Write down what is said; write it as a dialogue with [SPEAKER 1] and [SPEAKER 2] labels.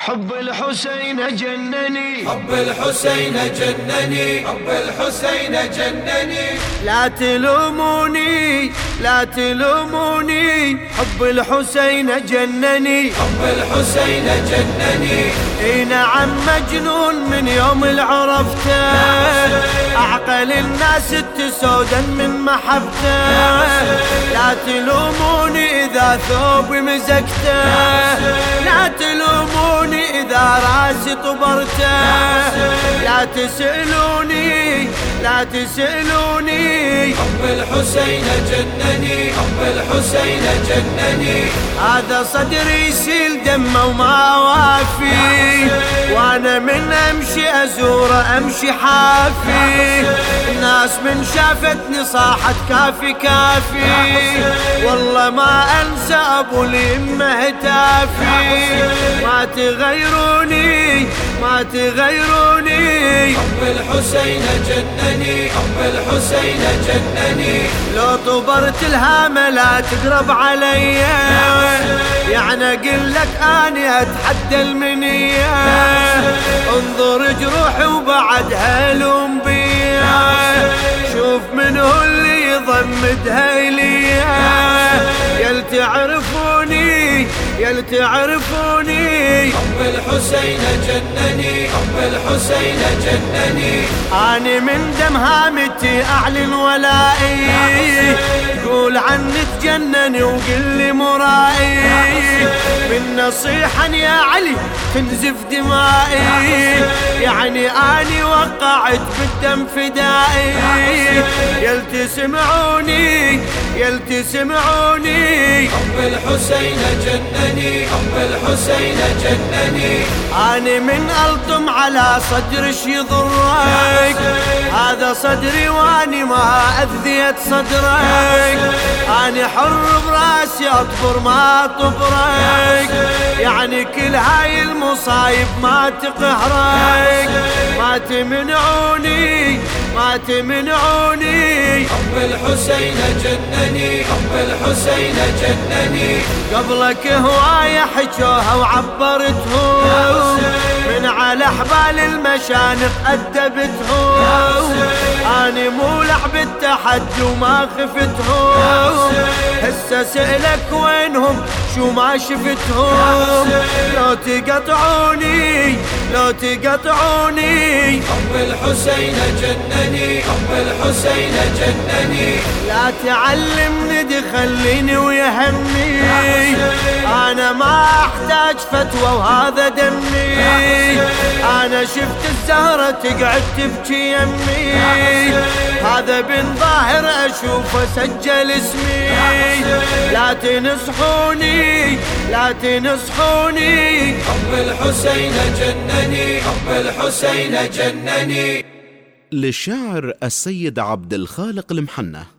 [SPEAKER 1] حب الحسين جنني
[SPEAKER 2] حب الحسين جنني حب الحسين جنني
[SPEAKER 1] لا تلوموني لا تلوموني حب الحسين جنني
[SPEAKER 2] حب الحسين جنني
[SPEAKER 1] اي نعم مجنون من يوم العرفته اعقل الناس التسودا من محبته لا تلوموني اذا ثوبي مزقته لا تلوموني اذا راسي طبرته لا تسالوني لا تسالوني
[SPEAKER 2] حب الحسين جنني حب الحسين جنني
[SPEAKER 1] هذا صدري يسيل دمه وما وافي وانا من امشي ازوره امشي حافي الناس من شافتني صاحت كافي كافي والله ما انسى ابو اليمه هتافي ما تغيروني ما تغيروني
[SPEAKER 2] حب الحسين جنني حب الحسين جنني
[SPEAKER 1] لو طبرت الهامة لا تقرب علي يعني اقول لك اني اتحدى المنية انظر جروحي وبعدها الوم بيا شوف من هو اللي يضمدها ليا يل تعرفوني يل تعرفوني
[SPEAKER 2] حب الحسين جنني حب الحسين جنني
[SPEAKER 1] اني من دم هامتي اعلن ولائي قول عني تجنني وقل لي مرائي بالنصيحة يا علي تنزف دمائي يعني اني وقعت بالدم فدائي يل تسمعوني يل تسمعوني
[SPEAKER 2] حب الحسين جنني حب الحسين جنني
[SPEAKER 1] اني من الطم على صدر ايش يضرك هذا صدري واني ما اذيت صدرك اني حر براسي اطبر ما طبرك يعني كل هاي المصايب ما تقهرك ما تمنعوني ما تمنعوني
[SPEAKER 2] حب الحسين جنني حب الحسين جنني
[SPEAKER 1] قبلك هواية حجوها وعبرتهم من على حبال المشانق أدبتهم أني مو لعب التحدي وما خفتهم هسه سألك وينهم شو ما شفتهم لو تقطعوني لو تقطعوني
[SPEAKER 2] حب الحسين جنني حب الحسين جنني
[SPEAKER 1] لا تعلمني دي خليني ويا همي انا ما احتاج فتوى وهذا دمي انا شفت الزهرة تقعد تبكي يمي هذا بن ظاهر اشوفه سجل اسمي لا تنصحوني لا تنصحوني
[SPEAKER 2] حب الحسين جنني حب الحسين جنني
[SPEAKER 3] للشاعر السيد عبد الخالق المحنة